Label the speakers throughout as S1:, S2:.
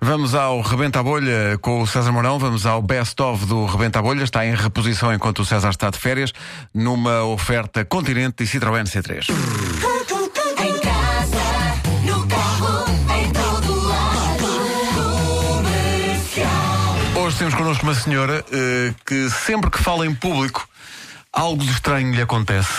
S1: Vamos ao Rebenta a Bolha com o César Mourão, vamos ao Best of do Rebenta a Bolha, está em reposição enquanto o César está de férias, numa oferta Continente e Citroën C3.
S2: Em casa, no carro, em todo lado. Comercial.
S1: Hoje temos connosco uma senhora eh, que sempre que fala em público, algo de estranho lhe acontece.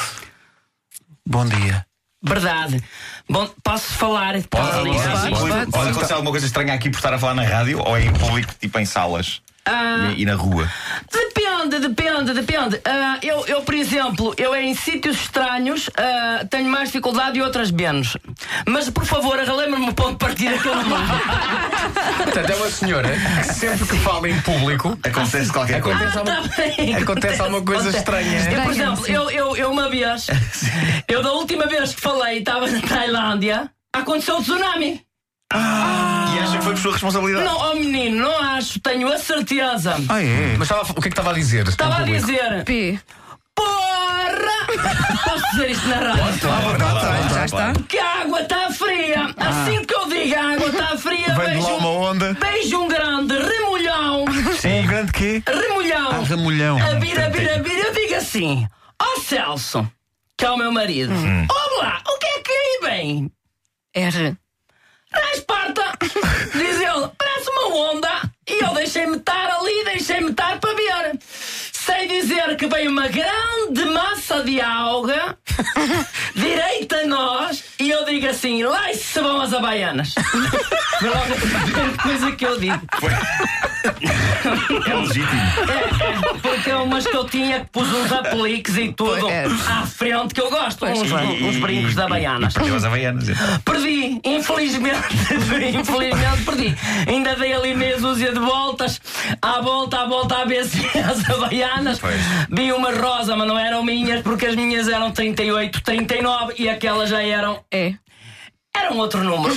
S1: Bom dia.
S3: Verdade. Bom, posso falar? Posso
S4: Olha,
S3: ligar?
S4: olha, olha, olha, aconteceu alguma coisa estranha aqui por estar a falar na rádio ou em público, tipo em salas
S3: Ah.
S4: e, e na rua?
S3: Depende, depende, depende. Ah, eu, eu, por exemplo, eu em sítios estranhos ah, tenho mais dificuldade e outras menos. Mas, por favor, relembra-me o ponto de partida que eu não me lembro.
S5: Portanto, é uma senhora que sempre que fala em público
S3: Ah,
S4: Acontece qualquer coisa.
S5: acontece, alguma,
S3: Também.
S5: acontece alguma coisa
S3: Acontece.
S5: estranha.
S3: Eu, por exemplo, eu, eu, eu uma vez, eu da última vez que falei, estava na Tailândia, aconteceu o tsunami. Ah.
S4: E acha que foi por sua responsabilidade?
S3: Não, oh menino, não acho, tenho a certeza.
S1: Ah, é?
S5: Mas estava, o que é que estava a dizer?
S3: Estava a dizer.
S6: P.
S3: Porra! Posso dizer isto na rádio?
S6: Então, Já está? Ah.
S3: Que a água está fria! Assim que eu digo a água está
S1: Vem
S3: fria,
S1: de
S3: beijo,
S1: lá uma onda.
S3: beijo um grande remolhão!
S1: Um grande quê?
S3: Remolhão!
S1: Ah, remolhão.
S3: A vir, a vir, a vir, eu digo assim: Ó Celso, que é o meu marido, olá, o que é que aí vem?
S6: R.
S3: Na Esparta! Diz ele, parece uma onda! E eu deixei-me estar ali, deixei-me estar para ver. Sei dizer que veio uma grande massa de alga direita a nós e eu digo assim: lá se vão as havaianas. Foi logo a primeira coisa que eu digo.
S4: É
S3: um
S4: legítimo.
S3: É, porque há umas que eu tinha que pus uns apliques e tudo
S6: é.
S3: à frente que eu gosto, uns,
S4: E-
S3: Um, uns brincos de
S4: e-
S3: havaianas. Ah,
S4: E perdeu as Havaianas. é.
S3: Perdi, infelizmente, infelizmente perdi. Ainda dei ali meia dúzia de voltas, à volta, à volta, à vez as havaianas.
S4: Pois.
S3: Vi uma rosa, mas não eram minhas, porque as minhas eram 38, 39 e aquelas já eram.
S6: E.
S3: eram outro número.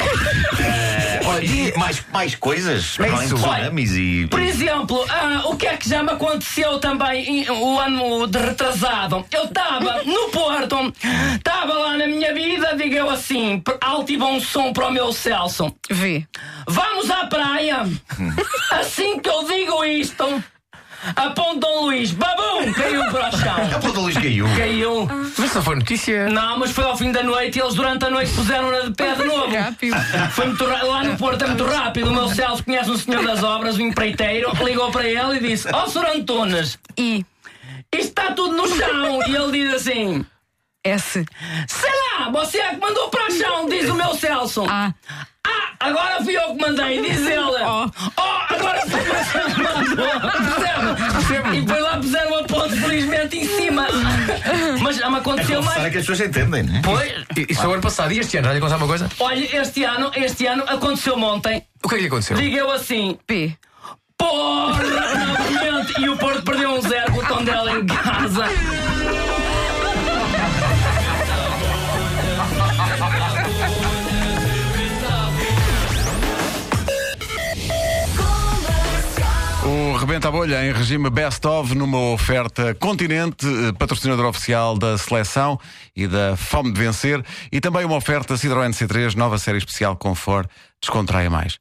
S4: Olha, e mais, mais coisas? Além de
S5: isso.
S4: tsunamis e.
S3: É Por exemplo, ah, o que é que já me aconteceu também em- o ano de retrasado? Eu estava no Porto, estava lá na minha vida, digo eu assim, alto e bom som para o meu Celso.
S6: V.
S3: Vamos à praia! Assim que eu digo isto, aponta o Luís, babum! Caiu para o
S4: A
S3: chão.
S4: ponta da luz caiu.
S3: Caiu.
S5: Mas só foi notícia.
S3: Não, mas foi ao fim da noite e eles durante a noite puseram-na de pé de novo.
S6: Rápido.
S3: Foi muito ra- lá no Porto é muito rápido. O meu Celso conhece um senhor das obras, um empreiteiro, ligou para ele e disse: Ó, Sr. Antunes,
S6: I.
S3: isto está tudo no chão. E ele diz assim:
S6: S.
S3: Sei lá, você é que mandou para o chão, diz o meu Celso.
S6: A.
S3: Ah, agora fui eu que mandei, diz ele. Oh, agora fui eu que mandou. Percebe? E depois lá puseram a ponte, felizmente, em cima. Mas já me aconteceu
S4: Será
S3: mais.
S4: que as pessoas entendem, né?
S3: Pois,
S5: E- Isso foi o ano passado. E este ano? Já lhe contar uma coisa?
S3: olha, este ano, este ano aconteceu ontem.
S5: O que é que lhe aconteceu?
S3: Digo eu assim,
S6: P.
S3: porra, novamente. E o Porto perdeu um zero com o tom dela em casa.
S1: O Rebenta a Bolha em regime Best of numa oferta Continente, eh, patrocinador oficial da seleção e da Fome de Vencer, e também uma oferta Citroën C3, nova série especial Confort, descontraia mais.